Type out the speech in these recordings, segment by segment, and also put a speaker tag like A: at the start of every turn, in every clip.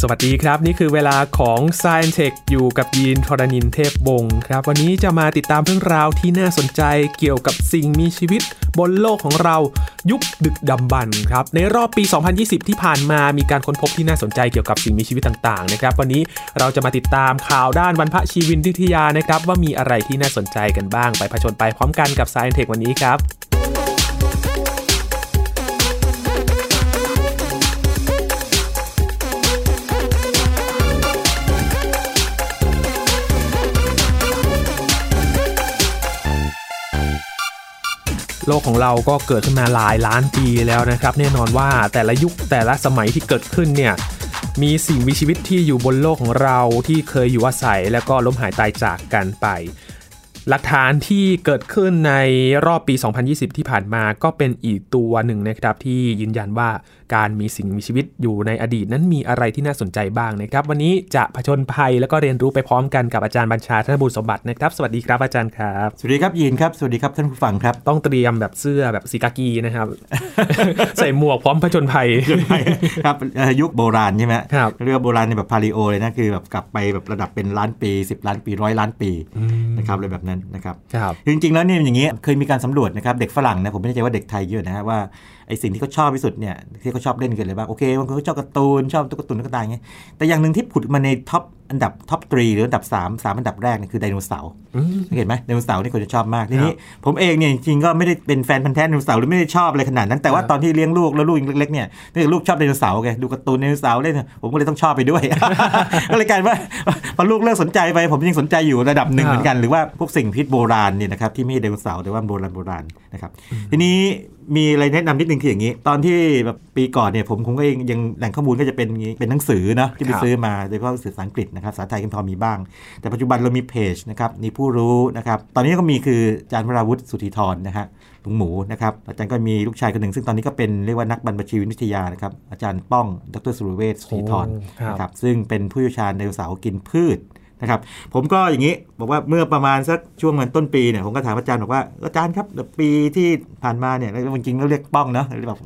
A: สวัสดีครับ นี่คือเวลาของ s c i e n t e c h อยู่กับยีนทรณินเทพบงศ์ครับ วันนี้จะมาติดตามเรื่องราวที่น่าสนใจเกี่ยวกับสิ่งมีชีวิตบนโลกของเรายุคดึกดำบรรพ์ครับ ในรอบปี 2020 ที่ผ่านมามีการค้นพบที่น่าสนใจเกี่ยวกับสิ่งมีชีวิตต่างๆนะครับวันนี้เราจะมาติดตามข่าวด้านวันพระชีวินทิทยานะครับว่ามีอะไรที่น่าสนใจกันบ้างไปผชนไปพร้อมกันกับ s c i e n t e c h วันนี้ครับ โลกของเราก็เกิดขึ้นมาหลายล้านปีแล้วนะครับ แน่นอนว่าแต่ละยุคแต่ละสมัยที่เกิดขึ้นเนี่ย มีสิ่งมีชีวิตที่อยู่บนโลกของเราที่เคยอยู่อาศัยแล้วก็ล้มหายตายจากกันไป หลักฐานที่เกิดขึ้นในรอบปี 2020 ที่ผ่านมาก็เป็นอีกตัวหนึ่งนะครับที่ยืนยันว่าการมีสิ่งมีชีวิตอยู่ในอดีตนั้นมีอะไรที่น่าสนใจบ้างนะครับ วันนี้จะผจญภัยแล้วก็เรียนรู้ไปพร้อมกันกับอาจารย์บัญชาธนบุญสมบัตินะครับ สวัสดีครับอาจารย์ครับ
B: สวัสดีครับยีนครับ สวัสดีครับท่านผู้ฟัง ครับ
A: ต้องเตรียมแบบเสื้อแบบสีกากีนะครับ ใส่หมวกพร้อมผจญภัย
B: ครับเอ่อยุคโบราณใช่ไหม
A: ครับ
B: เรียกว่าโบราณในแบบพาลิโอเลยนะคือแบบกลับไปแบบระดับเป็นล้านปี 10 ล้านปีร้อยล้านปีนะครับเลยแบบนั้น นะครับ
A: ครับ
B: จริง ๆ แล้วเนี่ยอย่างนี้เคยมีการสำรวจนะครับเด็กฝรั่งนะผมไม่แน่ใจว่าเด็กไทยเยอะนะฮะว่าไอสิ่งที่เขาชอบที่สุดเนี่ยที่เขาชอบเล่นคืออะไรบ้างโอเคบางคนเขาชอบการ์ตูนชอบตุ๊กตาตุนตุ๊กตาอย่างเงี้ยแต่อย่างหนึ่งที่ผุดมาในท็อปอันดับท็อปทรีหรืออันดับสามสามอันดับแรกเนี่ยคือไดโนเสาร์ สังเห็นไหมไดโนเสาร์นี่คนจะชอบมากทีนี้ผมเองเนี่ยจริงๆก็ไม่ได้เป็นแฟนพันธุ์แท้ไดโนเสาร์หรือไม่ได้ชอบอะไรขนาดนั้นแต่ว่า
A: ครับ
B: ตอนที่เลี้ยงลูกแล้วลูกยังเล็กๆเนี่ยเนื่องจากลูกชอบไดโนเสาร์ไงดูการ์ตูนไดโนเสาร์เล่นผมก็เลยต้องชอบไปด้วย ก็เลยกลายเป็นว่า พอลูกเลิกสนใจไปผมยังสนใจอยู่ระดับหนึ่งเหมือนกันหรือว่าพวกสิ่งพิษโบราณเนี่ยนะครับที่ไม่ใช่ไดโนเสาร์แต่ว่าโบราณโบราณนะครับทีนี้มีอะไรแนะนำนิดนึงคืออย่างนี้ ตอนที่แบบปีก่อนเนี่ยผมคงก็ยังยังแหล่งข้อมูลก็จะเป็นอย่างงี้เป็นหนังสือเนาะที่ไป
A: ครับ
B: ซื้อมาโดยเฉพาะหนังสือภาษาอังกฤษนะครับภาษาไทยก็พอมีบ้าง แต่ปัจจุบันเรามีเพจนะครับ มีผู้รู้นะครับ ตอนนี้ก็มีคืออาจารย์วราวุฒิสุธีธรนะฮะลุงหมูนะครับ อาจารย์ก็มีลูกชายคนหนึ่ง ซึ่งตอนนี้ก็เป็นเรียกว่านักบรรพชีวิตวิทยานะครับ อาจารย์ป้อง ดรสุรเวชสุธีธร
A: โอ้ครับ
B: นะครับ ซึ่งเป็นผู้เชี่ยวชาญในเสาร์กินพืชนะครับ ผมก็อย่างนี้บอกว่าเมื่อประมาณสักช่วงเงินต้นปีเนี่ย ผมก็ถามอาจารย์บอกว่าอาจารย์ครับเดี๋ยวปีที่ผ่านมาเนี่ยแล้วจริงๆเราเรียกป้องเนาะเรียกแบบ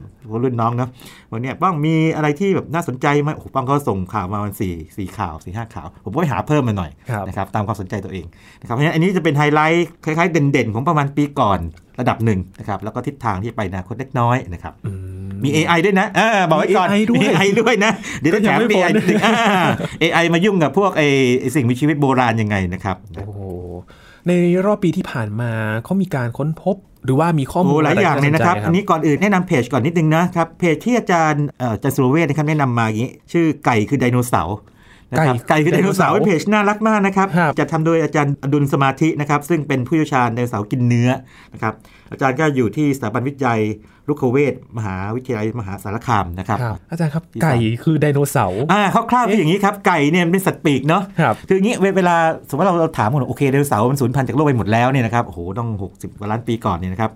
B: รุ่นน้องเนาะ วันเนี้ยป้องมีอะไรที่แบบน่าสนใจไหมโอ้โหป้องก็ส่งข่าวมาวันสี่สี่ข่าวสี่ห้าข่าว ผมก็ไปหาเพิ่มมาหน่อย
A: ครับ
B: นะครับตามความสนใจตัวเองนะครับเพราะฉะนั้นอันนี้จะเป็นไฮไลท์คล้ายๆ เด่นๆ ของประมาณปีก่อนระดับหนึ่งนะครับแล้วก็ทิศทางที่ไปอนาคตเล็กน้อยนะครับมี AI ด้วยนะเออบอกไว้ก่อน
A: AI ด้วย
B: มี AI ด้วยนะ เดี๋ยวจะแถ
A: ก็
B: ม
A: ยังไม่
B: AI
A: พ้น
B: อีกอ่า AI มายุ่งกับพวกไอ้ไอ้สิ่งมีชีวิตโบราณยังไงนะครับ
A: โอ้โหในรอบปีที่ผ่านมาเขามีการค้นพบหรือว่ามีข้อมูล
B: โอ้หลายอย่างเลยนะครับ
A: อไ
B: อันนี้ก่อนอื่นแนะนำเพจก่อนนิดนึงนะครับ เพจที่อาจารย์เอ่ออาจารย์สุรเวชนะครับแนะนำมาอย่างนี้ ชื่อไก่คือไดโนเสาร์นะครับ
A: ไก่
B: ไก่
A: คื
B: คือ อ
A: ได
B: ได
A: โน
B: โน
A: เสา
B: เสา
A: ร์
B: ร์เป็นเพจน่ารักมากนะครับ
A: ครับ
B: จะทำโดยอาจารย์อดุลสมาธินะครับ ซึ่งเป็นผู้เชี่ยวชาญไดโนเสาร์กินเนื้อนะครับ อาจารย์ก็อยู่ที่สถาบันวิจัยลูกเวชมหาวิทยาลัยมหาสารคามนะครับ
A: ครับ อาจารย์ครับ
B: ที่สาม
A: ไก่คือไดโนเสาร์
B: อ่าคร่าวๆคืออย่างนี้ครับไก่เนี่ยมันเป็นสัตว์ปีกเนาะ
A: ครับ
B: คืออย่างนี้เวเวลาสมมติเราเราถามคนว่าโอเคไดโนเสาร์มันสูญพันธุ์จากโลกไปหมดแล้วเนี่ยนะครับโอ้โหต้อง 60กว่าล้านปีก่อนเนี่ยนะครับ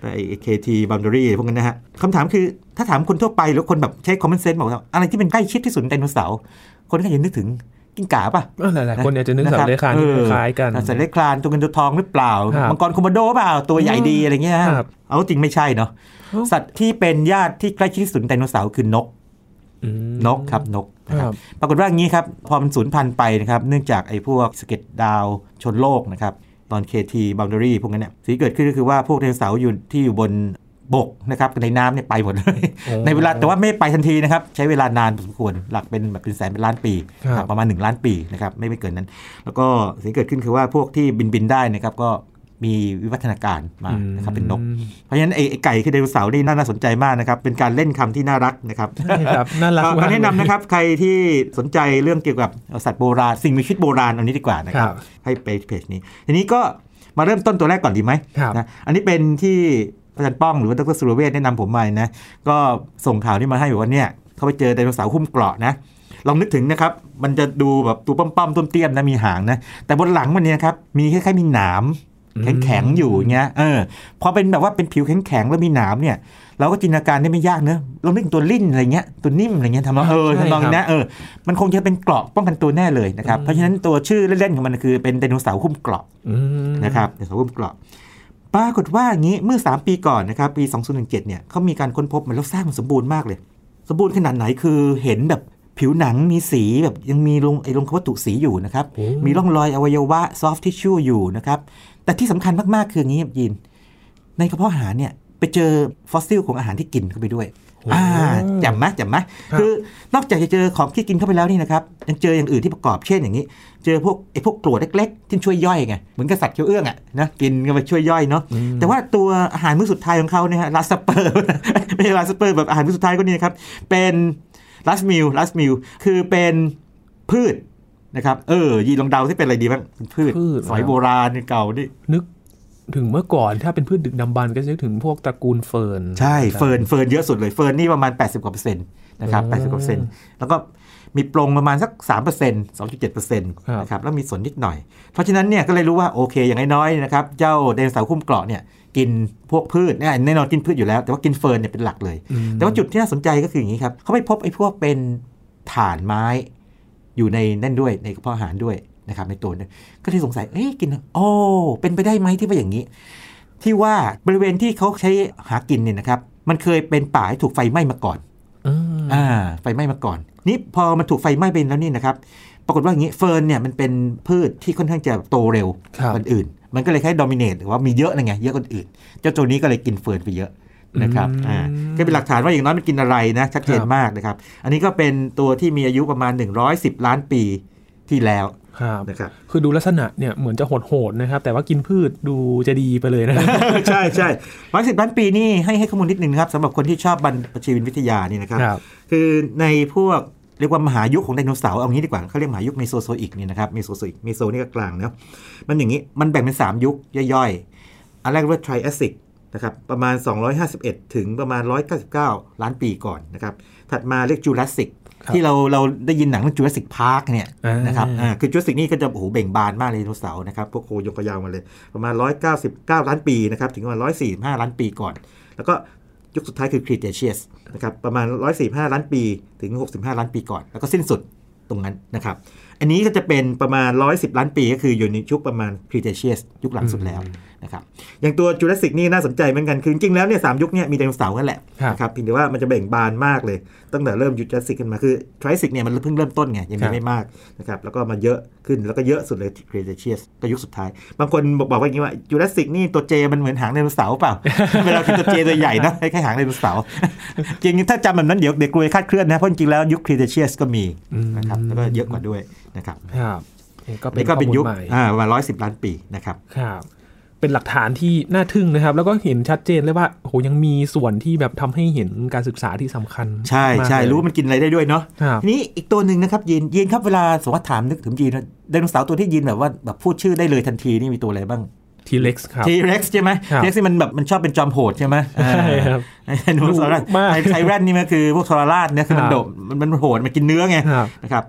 B: แต่ไอ้เคทีบัมดอรี่พวกนั้นนะฮะคำถามคือถ้าถามคนทั่วไปหรือคนแบบใช้คอมมอนเซนส์บอกว่าอะไรที่เป็นใกล้ชิดที่สุดไดโนเสาร์คนก็จะนึกถึงกิ้งก่าป่ะ
A: เออหลายๆคนเนี่ยจะนึก
B: นะ
A: สัต
B: รับ
A: ว์เลื้อยคลานที่
B: ออ
A: คล้ายๆกัน
B: สัตว์เลื้อยคลานตัวเงินตัวทองหรือเปล่า
A: ครับ
B: มังกรคอมโบโดเปล่าตัวใหญ่ดีอะไรเงี้ยฮะ
A: ครับ
B: เอาจริงไม่ใช่เนาะ
A: อ้าว
B: สัตว์ที่เป็นญาติที่ใกล้ชิดที่สุดไดโนเสาร์คือนก
A: อืม
B: นกครับนกนะค
A: ครั
B: รั
A: บบ
B: ปรากฏว่าอย่างนี้ครับพอมันสูญพันธุ์ไปนะครับเนื่องจากไอ้พวกสะเก็ดดาวชนโลกนะครับตอน KT Boundary พวกนั้นเนี่ยสิ่งที่เกิดขึ้นก็คือว่าพวกไดโนเสาร์อยู่ที่อยู่บนบกนะครับในน้ำเนี่ยไปหมดเลย
A: โอ้
B: ในเวลาแต่ว่าไม่ไปทันทีนะครับใช้เวลานานพอสมควรหลักเป็นแบบเป็นแสนเป็นล้านปี
A: ครับ
B: ครับประมาณ 1 ล้านปีนะครับไม่ไม่เกินนั้น แล้วก็สิ่งที่เกิดขึ้นคือว่าพวกที่บินบินๆได้นะครับก็มีวิวัฒนาการมานะครับเป็นนก
A: อืม
B: เพราะฉะนั้นไอ้ไอ้ไก่คือไดโนเสาร์นี่น่าสนใจมากนะครับเป็นการเล่นคำที่น่ารักนะครับ
A: ใช่ครับน่ารัก
B: ก็
A: มาก
B: ก็แนะนำนะครับ ใครที่สนใจเรื่องเกี่ยวกับสัตว์โบราณ สิ่งมีชีวิตโบราณเอานี้ดีกว่านะ
A: ค
B: ครั
A: รับ บ
B: ให้ไปเพจนี้ ทีนี้ก็มาเริ่มต้นตัวแรกก่อนดีไหม
A: ครับ
B: นะอันนี้เป็นที่อาจารย์ป้องหรือว่าดรสุรเวชแนะนำผมมานะก็ส่งข่าวนี้มาให้บอกว่าเนี่ยเขาไปเจอไดโนเสาร์หุ้มเกราะนะลองนึกถึงนะครับ มันจะดูแบบตัวป้อมๆต้มเตี้ยมๆนะมีหางนะแต่บนหลังมันเนี่ยนะครับมีคล้ายๆมีหนาม แข็งๆอยู่อย่างเงี้ย เออ พอเป็นแบบว่าเป็นผิวแข็งๆแล้วมีหนามเนี่ย เราก็จินตนาการได้ไม่ยากเนอะเรานึกถึงตัวลิ่นอะไรเงี้ย ตัวนิ่มอะไรเงี้ยทำนองเออ
A: ใช่
B: ทำนอง
A: ครั
B: นี้
A: บ
B: นะ เออ มันคงจะเป็นเกราะป้องกันตัวแน่เลยนะครับ
A: อืม
B: เพราะฉะนั้นตัวชื่อเล่นๆของมันคือเป็นไดโนเสาร์หุ้มเกราะ
A: อืม
B: นะครับ ไดโนเสาร์หุ้มเกราะ ปรากฏว่าอย่างงี้เมื่อ 3 ปีก่อนนะครับ ปี 2017 เนี่ยเขามีการค้นพบมันแล้วสร้างมันสมบูรณ์มากเลย สมบูรณ์ขนาดไหนคือเห็นแบบ ผิวหนังมีสีแบบยังมีลงไอ้ลงวัตถุสีอยู่นะครับ มีร่องรอยอวัยวะ soft tissue อยู่นะครับ แต่ที่สำคัญมากๆ คืออย่างนี้ครับยิน ในกระเพาะอาหารเนี่ย ไปเจอฟอสซิลของอาหารที่กินเข้าไปด้วย
A: โอ้โห
B: อ่าแจำไหมแจำไหม
A: ครับ
B: คือนอกจากจะเจอของที่กินเข้าไปแล้วนี่นะครับ ยังเจออย่างอื่นที่ประกอบเช่นอย่างนี้ เจอพวกไอ้พวกกรวดเล็กๆ ที่ช่วยย่อยไง เหมือนกับสัตว์เคี้ยวเอื้องอะนะกินกันไปช่วยย่อยเนาะ แต่ว่าตัวอาหารมื้อสุดท้ายของเขาเนี่ยฮะลาสเปอร์ ไม่ใช่ลาสเปอร์แบบอาหารมื้อสุดท้ายก็นี่นะครับ เป็นลัสมิลลัสมิลคือเป็นพืชนะครับเออยีลองเดาที่เป็นอะไรดีบ้างเป็นพืช
A: พืช
B: สอยโบราณเก่านี่
A: นึกถึงเมื่อก่อนถ้าเป็นพืชดึกดำบรรพ์ก็จะนึกถึงพวกตระกูลเฟิร์น
B: ใช่เฟิร์นเฟิร์นเยอะสุดเลยเฟิร์นนี่ประมาณ 80กว่าเปอร์เซ็นต์นะครับ
A: อื
B: 80กว่าเปอร์เซ็นต์แล้วก็มีปลงประมาณสัก 3% 2.7%น
A: ครับ
B: ะครับแล้วมีส่วนนิดหน่อย เพราะฉะนั้นเนี่ยก็เลยรู้ว่าโอเคอย่างน้อยๆนะครับเจ้าไดโนเสาร์คุ้มเกราะเนี่ยกินพวกพืชเนี่ยแน่นอนกินพืชอยู่แล้วแต่ว่ากินเฟิร์นเนี่ยเป็นหลักเลย
A: อืม
B: แต่ว่าจุดที่น่าสนใจก็คืออย่างนี้ครับเขาไปพบไอ้พวกเป็นฐานไม้อยู่ในนั่นด้วยในกระเพาะอาหารด้วยนะครับในตัวนั้นก็ที่สงสัยเอ๊ะกินโอ้เป็นไปได้ไหมที่ว่าอย่างนี้ ที่ว่าบริเวณที่เขาใช้หากินเนี่ยนะครับ มันเคยเป็นป่าที่ถูกไฟไหม้มาก่อน
A: อืม
B: อ่าไฟไหม้มาก่อน นี่พอมันถูกไฟไหม้ไปแล้วนี่นะครับ ปรากฏว่าอย่างนี้เฟิร์นเนี่ยมันเป็นพืชที่ค่อนข้างจะโตเร็ว
A: ครับ
B: กว่าอื่น มันก็เลยแค่ดอมิเนตหรือว่ามีเยอะนะไงเยอะกว่าอื่น เจ้าตัวนี้ก็เลยกินเฟิร์นไปเยอะนะครับอ่าก็เป็นหลักฐานว่าอย่างน้อยมันกินอะไรนะชัดเจนมากนะครับ อันนี้ก็เป็นตัวที่มีอายุประมาณ 110 ล้านปีที่แล้ว
A: ครับ
B: นะครับ
A: คือดูลักษณะเนี่ยเหมือนจะโหดๆนะครับ แต่ว่ากินพืชดูจะดีไปเลยนะครับ
B: ใช่ใช่ร้อยสิบล้านปีนี่ให้ให้ข้อมูลนิดนึงนะครับสำหรับคนที่ชอบบรรพชีวินวิทยานี่นะครับ
A: ครับ
B: คือในพวกเรียกว่ามหายุคของไดโนเสาร์เอางี้ดีกว่าเขาเรียกมหายุคเมโซโซอิกนี่นะครับเมโซโซอิกเมโซนี่ก็กลางนะมันอย่างนี้มันแบ่งเป็น 3 ยุคย่อยๆ อันแรกเรียกว่าไทรแอสซิกนะครับประมาณ 251 ถึงประมาณ 199 ล้านปีก่อนนะครับถัดมาเรียกจูราสสิก
A: ครับ
B: ที่เราเราได้ยินหนังเรื่องจูราสสิกพาร์คเนี่ย
A: อ่าน
B: นะครับอ่าคือจูราสสิกนี่ก็จะโอ้โหเบ่งบานมากเลยไดโนเสาร์นะครับพวกโคยกกระยาวมาเลย ประมาณ 199 ล้านปีนะครับถึงประมาณ 145 ล้านปีก่อน แล้วก็ ยุคสุดท้ายคือครีเทเชียสนะครับประมาณ 145 ล้านปีถึง 65 ล้านปีก่อน แล้วก็สิ้นสุดตรงนั้นนะครับ อันนี้ก็จะเป็นประมาณ 110 ล้านปีก็คืออยู่ในยุคประมาณครีเทเชียสยุคหลังสุดแล้วนะครับอย่างตัวจูราสสิกนี่น่าสนใจเหมือนกัน คือจริงๆแล้วเนี่ยสามยุคเนี่ยมีไดโนเสาร์กันแหละ
A: ครับ
B: นะครับเพียงแต่ว่ามันจะแบ่งบานมากเลย ตั้งแต่เริ่มจูราสสิกขึ้นมาคือทริสิกเนี่ยมันเพิ่งเริ่มต้นไงยัง
A: ครั
B: มี
A: บ
B: ไม่มากนะครับแล้วก็มาเยอะขึ้นแล้วก็เยอะสุดเลยครีเทเชียสก็ยุคสุดท้าย บางคนบอกบอกว่าอย่างนี้ว่าจูราสสิกนี่ตัวเจมันเหมือนหางไดโนเสาร์ เปล่า เวลาคือตัวเจตัวใหญ่นะคล้ายๆหางไดโนเสาร์ จริงๆถ้าจำแบบนั้นเดี๋ยวเด็กกลัวคลาดเคลื่อนนะเพราะจริงๆแล้วยุคครีเทเชียสก็มีนะครับแล้วก็เยอะกว่าด้วยนะครับ
A: ครับนี่ก็
B: อัน
A: เป็นข้อ
B: นี่ก็เป็น
A: มูล
B: ยุค
A: ใหม่
B: อ่าประมาณร้อยสิบล้านปีนะครับ
A: ครับ เป็นหลักฐานที่น่าทึ่งนะครับ แล้วก็เห็นชัดเจนเลยว่าโอ้โหยังมีส่วนที่แบบทำให้เห็นการศึกษาที่สำคัญ
B: ใช่
A: มาก
B: ใช่
A: เลย
B: รู้ว่ามันกินอะไรได้ด้วยเนาะ
A: ครับ
B: ทีนี้อีกตัวหนึ่งนะครับยีนยีนครับเวลาสมมติถามนึกถึงยีนว่าไดโนเสาร์ตัวที่ยีนแบบว่าแบบพูดชื่อได้เลยทันทีนี่มีตัวอะไรบ้าง
A: ทีเล็กซ์ครับ
B: ทีเร็กซ์ใช่ไหม
A: ครับ
B: ทีเร็กซ์นี่มันแบบมันชอบเป็นจอมโหดใช่ไหมอ่า
A: ใช่ครับ
B: ไอ้หนูสารัต
A: ดุมาก
B: ไทแรนนี่มันคือพวกทรราชเนี่ยคือมั
A: ค
B: น
A: รับ
B: โดบมันมันโหดมันกินเนื้อไง
A: ครับ
B: นะครับ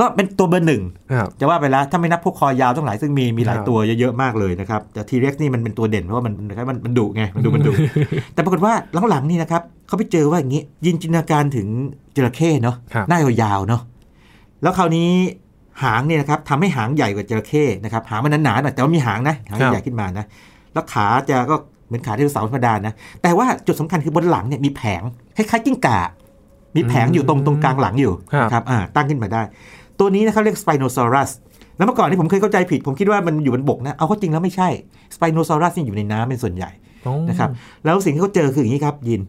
B: ก็เป็นตัวเบอร์หนึ่ง
A: ครับ
B: จะว่าไปแล้วถ้าไม่นับพวกคอยาวทั้งหลายซึ่งมีมีหลา
A: ค
B: ย
A: รับ
B: ตัวเยอะๆมากเลยนะครับแต่ทีเร็กซ์นี่มันเป็นตัวเด่นเพราะว่ามันมันมันมันดุไงมันดุมันดุแต่ปรากฏว่าหลังๆนี่นะครับเขาไปเจอว่าอย่างนี้ยินจินตนาการถึงจระเข้เนาะ
A: ครับ
B: หน้ายาวๆเนาะแล้วคราวนี้หางเนี่ยนะครับทำให้หางใหญ่กว่าจระเข้นะครับหางมันหนาๆหน่อยแต่ว่ามีหางนะหางใหญ่ขึ้นมานะ แล้วขาจะก็เหมือนขาไดโนเสาร์ธรรมดานะ แต่ว่าจุดสำคัญคือบนหลังเนี่ยมีแผงคล้ายๆกิ้งก่า มีแผงอยู่ตรงตรงกลางหลังอยู่
A: ครับ
B: นะครับอ่าตั้งขึ้นมาได้ ตัวนี้นะครับเรียกสไปโนซอรัส แล้วเมื่อก่อนที่ผมเคยเข้าใจผิด ผมคิดว่ามันอยู่บนบกนะ เอาเข้าจริงแล้วไม่ใช่ สไปโนซอรัสนี่อยู่ในน้ำเป็นส่วนใหญ่นะครับ แล้วสิ่งที่เขาเจอคืออย่างนี้ครับยิน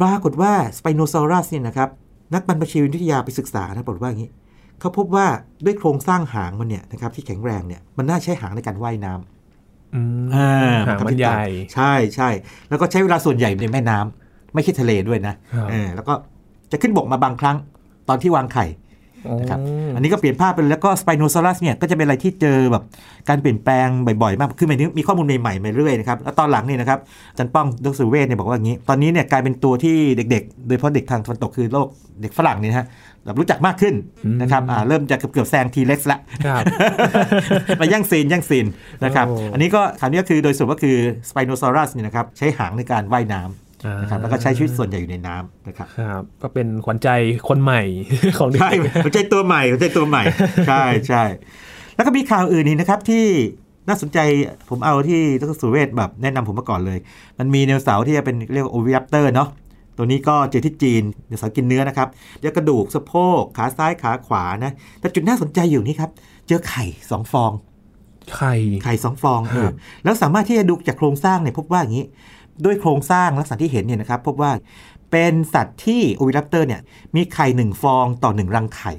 B: ปรากฏว่าสไปโนซอรัสเนี่ยนะครับนักบรรพชีววิทยาไปศึกษานะปรากฏว่าอย่างนี้เขาพบว่าด้วยโครงสร้างหางมันเนี่ยนะครับที่แข็งแรงเนี่ยมันน่าใช้หางในการว่ายน้ำ
A: อืม
B: อ่
A: หางมันใหญ่
B: ใช่ใช่แล้วก็ใช้เวลาส่วนใหญ่ในแม่น้ำไม่ใช่ทะเลด้วยนะครับ เออแล้วก็จะขึ้นบกมาบางครั้งตอนที่วางไข่ นะครับ อันนี้ก็เปลี่ยนภาพไปเลยแล้วก็สไปโนซอรัสเนี่ยก็จะเป็นอะไรที่เจอแบบการเปลี่ยนแปลงบ่อยๆ มากขึ้นไปนี้มีข้อมูลใหม่ๆมาเรื่อยนะครับแล้วตอนหลังเนี่ยนะครับอาจันป้องดรสุเวชเนี่ยบอกว่าอย่างนี้ ตอนนี้เนี่ยกลายเป็นตัวที่เด็กๆ โดยเฉพาะเด็กทางตะวันตกคือโลกเด็กฝรั่งเนี่ยนะฮะแบบรู้จักมากขึ้นนะครับอ่าเริ่มจะเกือบๆแซงทีเล็กละ
A: ครับ
B: มาแย่งซีนแย่งซีนนะครับ
A: โอ้
B: อันนี้ก็คำนี้ก็คือโดยสรุปก็คือสไปโนซอรัสเนี่ยนะครับใช้หางในการว่ายน้ำนะครับแล้วก็ใช้ชีวิตส่วนใหญ่อยู่ในน้ำนะครับ
A: ครับ ก็เป็นขวัญใจคนใหม่ ของเด็ก
B: ใช่ผมใจตัวใหม่ผมใจตัวใหม่ ใช่ใช่แล้วก็มีข่าวอื่นนี่นะครับที่น่าสนใจผมเอาที่ดรสุเวชแบบแนะนำผมมาก่อนเลย มันมีไดโนเสาร์ที่จะเป็นเรียกว่าโอวิรัปเตอร์เนาะ ตัวนี้ก็เจอที่จีนเดี๋ยวสาวกินเนื้อนะครับเจอกระดูกสะโพกขาซ้ายขาขวานะแต่จุดน่าสนใจอยู่นี่ครับเจอไข่สองฟอง
A: ไข่
B: ไข่สองฟองเอ
A: ครั
B: อบ แล้วสามารถที่จะดูจากโครงสร้างเนี่ยพบว่าอย่างนี้ ด้วยโครงสร้างลักษณะที่เห็นเนี่ยนะครับพบว่าเป็นสัตว์ที่โอวิรัปเตอร์เนี่ยมีไข่หนึ่งฟองต่อหนึ่งรังไข่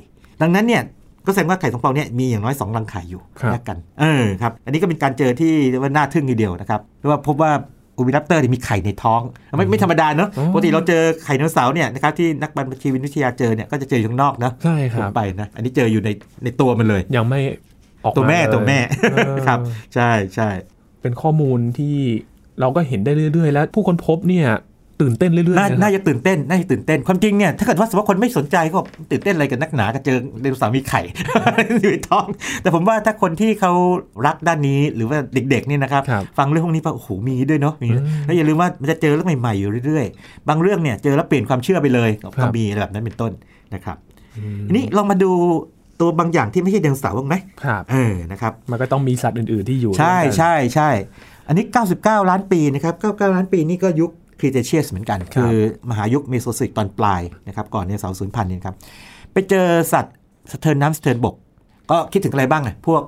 B: ดังนั้นเนี่ยก็แสดงว่าไข่สองฟองเนี่ยมีอย่างน้อยสองรังไข่อยู่
A: ครับ
B: แยกกันเออครับอันนี้ก็เป็นการเจอที่เรียกว่าน่าทึ่งทีเดียวนะครับเพราะว่าพบว่าโอวิรัปเตอร์เนี่ยมีไข่ในท้องไม่ไม่ธรรมดาเนอะ
A: อ๋อ
B: ปกติเราเจอไข่ไดโนเสาร์เนี่ยนะครับที่นักบัญชีวิทยาเจอเนี่ยก็จะเจออยู่ข้างนอกเนอะ
A: ใช่ค
B: ผม
A: รับ
B: ไปนะอันนี้เจออยู่ในในตัวมันเลย
A: ยังไม่ออกา
B: ตัวแม่
A: เลย
B: ตัวแม่
A: เออ
B: ครับ ใช่ใช่
A: เป็นข้อมูลที่เราก็เห็นได้เรื่อยๆ แล้วผู้คนพบเนี่ยตื่นเต้นเรื่อยๆ
B: น่า
A: นะครับ
B: น่าจะตื่นเต้น น่าจะตื่นเต้น ความจริงเนี่ย ถ้าเกิดว่าสมมติว่าคนไม่สนใจก็บอกตื่นเต้นอะไรกันนักหนาก็เจอไดโนเสาร์มีไข่ อยู่ในท้อง แต่ผมว่าถ้าคนที่เขารักด้านนี้หรือว่าเด็กๆเนี่ยนะครับ
A: ครับ
B: ฟังเรื่องพวกนี้ไปโอ้โห มีด้วยเนาะมีด้วย
A: อืม
B: แล้วอย่าลืมว่ามันจะเจอเรื่องใหม่ๆอยู่เรื่อยๆ บางเรื่องเนี่ยเจอแล้วเปลี่ยนความเชื่อไปเลย
A: ครั
B: ก็
A: บ
B: มีอะไรแบบนั้นเป็นต้นนะครับ
A: อืม
B: ทีนี้ลองมาดูตัวบางอย่างที่ไม่ใช่ไดโนเสาร์บ้างไหม
A: ครับ
B: เออนะครับ
A: มันก็ต้องมีสัตว์อื่นๆที่อยู่
B: ใช่
A: ร่วมกัน
B: ใช่ใช่ อันนี้ 99 ล้านปีนะครับ 99 ล้านปีนี่ก็ยุคครีเทเชียสเหมือนกัน
A: ครับ
B: คือมหายุคเมโซซิกตอนปลายนะครับ ก่อนในเสาร์สูญพันธุ์เนี่ยครับ ไปเจอสัตว์สะเทินน้ำสะเทินบก ก็คิดถึงอะไรบ้างอ่ะพวก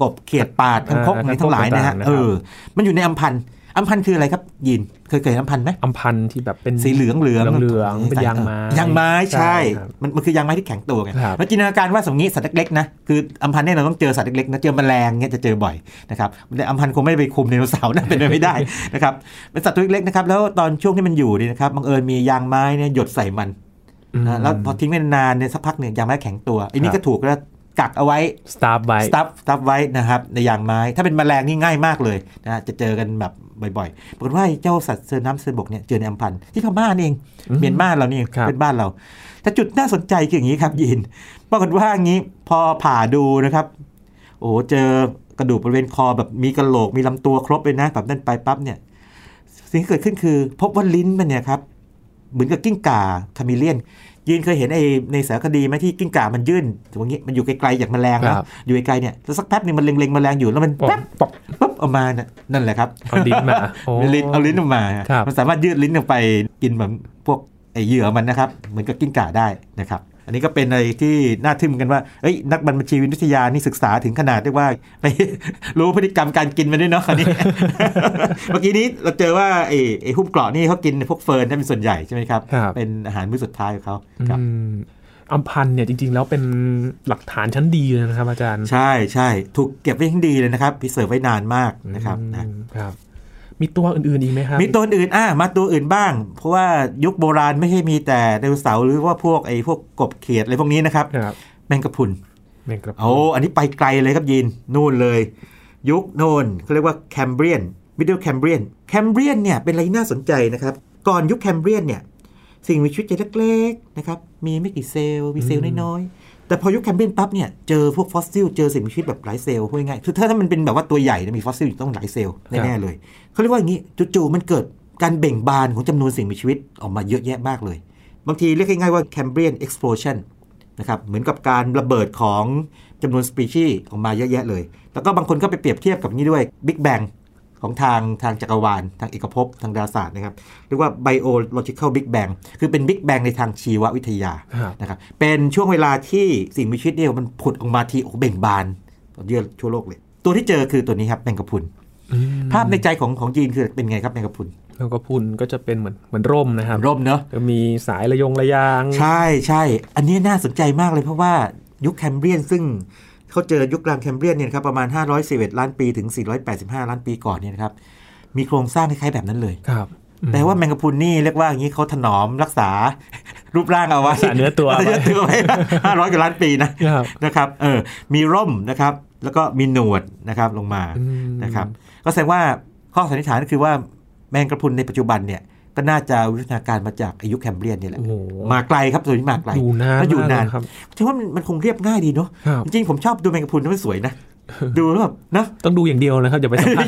B: กบเขียดปาดอังคกอะไรทั้งหลายนะฮะเออ มันอยู่ในอัมพันธ์อัมพันธ์คืออะไรครับยินเคยเคยเห็นอัมพันธ์ไหม
A: อัมพันธ์ที่แบบเป็น
B: สีเหลืองเหลือง
A: เหลืองๆเป็นยางไม้
B: ยางไม้
A: ใช่
B: ใช่
A: ครับ
B: มันมันคือยางไม้ที่แข็งตัวไง
A: ครับ
B: แล้วจินตนาการว่าสมมติสัตว์เล็กๆนะคืออัมพันธ์เนี่ยเราต้องเจอสัตว์เล็กๆนะเจอแมลงเงี้ยจะเจอบ่อยนะครับแต่อัมพันธ์คงไม่ไปคุม ไดโนเสาร์นะ เป็นไปไม่ได้นะครับเป็นสัตว์ตัวเล็กๆนะครับแล้วตอนช่วงที่มันอยู่เนี่ยนะครับบังเอิญมียางไม้เนี่ยหยดใส่มันนะแล้วพอทิ้งไว้นานๆเนี่ยสักพักเนี่ยยางไม้แข็งตัวไอันนี้
A: ครั
B: ก็
A: บ
B: ถูกแล้วกักเอาไว้
A: สตาร์ไบ
B: สตัฟสตัฟไว้นะครับในยางไม้ถ้าเป็นแมลงนี่ง่ายมากเลยนะฮะจะเจอกันแบบบ่อยๆปรากฏว่าไอ้เจ้าสัตว์เสือน้ำเสือบกเนี่ยเจอในอัมพันธ์ที่พม่านี่เอง
A: อืม
B: เมียนมาเรานี่เอง
A: ครับ
B: เป็นบ้านเรา แต่จุดน่าสนใจคืออย่างนี้ครับยินปรากฏว่าอย่างนี้พอผ่าดูนะครับ โอ้โหเจอกระดูกบริเวณคอแบบมีกระโหลกมีลำตัวครบเลยนะแบบนั้นไปปั๊บเนี่ยสิ่งที่เกิดขึ้นคือ พบว่าลิ้นมันเนี่ยครับเหมือนกับกิ้งก่าคามิเลียนยินเคยเห็นไอ้ในสารคดีไหมที่กิ้งก่ามันยื่นอย่างนี้มันอยู่ไกลๆจากแมลงนะครับ อยู่ไกลๆเนี่ยแล้วสักแป๊บหนึงมันเล็งๆแมลงอยู่แล้วมัน
A: ปอ
B: แป๊
A: บบ ปอบ
B: ปุ๊บออกมาน่ะนั่นแหละครับ
A: เอาลิ้นมาโอ้
B: เอาลิ้นเอาลิ้นออกมา
A: ครับ
B: มันสามารถยืดลิ้นออกไปกินแบบพวกไอ้เหยื่อมันนะครับเหมือนกับกิ้งก่าได้นะครับ อันนี้ก็เป็นอะไรที่น่าทึ่งเหมือนกันว่าเอ้ยนักบัญชีวิทยานี่ศึกษาถึงขนาดเรียกว่าไป รู้พฤติกรรมการกินมันด้วยเนาะคราว นี้ เมื่อกี้นี้เราเจอว่าไอ้ไอ้หุ้มเกราะนี่เขากินพวกเฟิร์นนั่นเป็นส่วนใหญ่ใช่ไหมครับ
A: ครับ
B: เป็นอาหารมื้อสุดท้ายของเขาครับ
A: อืมอัมพันธ์เนี่ยจริงๆ แล้วเป็นหลักฐานชั้นดีเลยนะครับ อาจารย์
B: ใช่ใช่ถูกเก็บไว้ทั้งดีเลยนะครับพิเศษไว้นานมากนะครับนะ
A: อืมครับ มีตัวอื่นๆอีกไหมครับ
B: มีตัวอื่นอ่ะมาตัวอื่นบ้าง เพราะว่ายุคโบราณไม่ใช่มีแต่ไดโนเสาร์หรือว่าพวกไอ้พวกกบเขียดอะไรพวกนี้นะครับ
A: ครับ
B: แมงกะพรุน
A: แมงกระพรุน
B: โอ้อันนี้ไปไกลเลยครับยีนนู่นเลย ยุคโน่นเขาเรียกว่าแคมเบรียนมิดเดิลแคมเบรียนแคมเบรียนเนี่ยเป็นอะไรที่น่าสนใจนะครับ ก่อนยุคแคมเบรียนเนี่ยสิ่งมีชีวิตจะเล็กๆนะครับมีไม่กี่เซลล์มีเซลล์น้อยๆแต่พอยุคแคมเบรียนปั๊บเนี่ยเจอพวกฟอสซิลเจอสิ่งมีชีวิตแบบหลายเซลล์พูดง่ายๆคือถ้าถ้ามันเป็นแบบว่าตัวใหญ่เนี่ยมีฟอสซิลอยู่ต้องหลายเซลล์แน่ๆเลย เขาเรียกว่าอย่างนี้จู่ๆมันเกิดการเบ่งบานของจำนวนสิ่งมีชีวิตออกมาเยอะแยะมากเลย บางทีเรียกง่ายๆว่า Cambrian explosion นะครับเหมือนกับการระเบิดของจำนวนสปีชีส์ออกมาเยอะแยะเลย แล้วก็บางคนก็ไปเปรียบเทียบกับนี้ด้วย Big Bang ของทางทางจักรวาล ทางเอกภพทางดาราศาสตร์นะครับ เรียกว่า biological big bang คือเป็น Big Bang ในทางชีววิทยา
A: ครับ
B: นะครับเป็นช่วงเวลาที่สิ่งมีชีวิตเนี่ยมันผุดออกมาทีโอ้โหเบ่งบานเยอะทั่วโลกเลย ตัวที่เจอคือตัวนี้ครับแมงกะพรุน
A: อืม
B: ภาพในใจของของจีนคือเป็นไงครับแมงกะพรุน
A: แมงกระพรุนก็จะเป็นเหมือนเหมือนร่มนะครับ
B: ร่มเนอะ
A: จะมีสายระยงระยาง
B: ใช่ใช่อันนี้น่าสนใจมากเลยเพราะว่ายุคแคมเบรียนซึ่งเขาเจอยุคกลางแคมเบรียนเนี่ยนะครับประมาณ 511 ล้านปีถึง 485 ล้านปีก่อนเนี่ยนะครับมีโครงสร้างคล้ายๆแบบนั้นเลย
A: ครับอืม
B: แต่ว่าแมงกะพรุนนี่เรียกว่าอย่างนี้เขาถนอมรักษา รูปร่างเอาไว้
A: รักษาเนื้อตัวไว้
B: รักษาเนื้อตัวไว้ห้าร้อยกว่าล้านปีนะ
A: ครับ
B: นะครับ เออ มีร่มนะครับ แล้วก็มีหนวดนะครับลงมา
A: อืม
B: นะครับ ก็แสดงว่าข้อสันนิษฐานก็คือว่าแมงกระพรุนในปัจจุบันเนี่ย ก็น่าจะวิวัฒนาการมาจากอายุแคมเบรียนนี่แหละ
A: โอ้โห
B: มาไกลครับตัวนี้มาไกล
A: อยู่นาน
B: แล้วอยู่นาน
A: มกเลครับ
B: ฉันว่ามันคงเรียบง่ายดีเนาะ
A: ครับ
B: จริงๆผมชอบดูแมงกระพรุนนะมันสวยนะ ดูแล้วแบบนะ
A: ต้องดูอย่างเดียวนะครับอย่าไปสัมผัส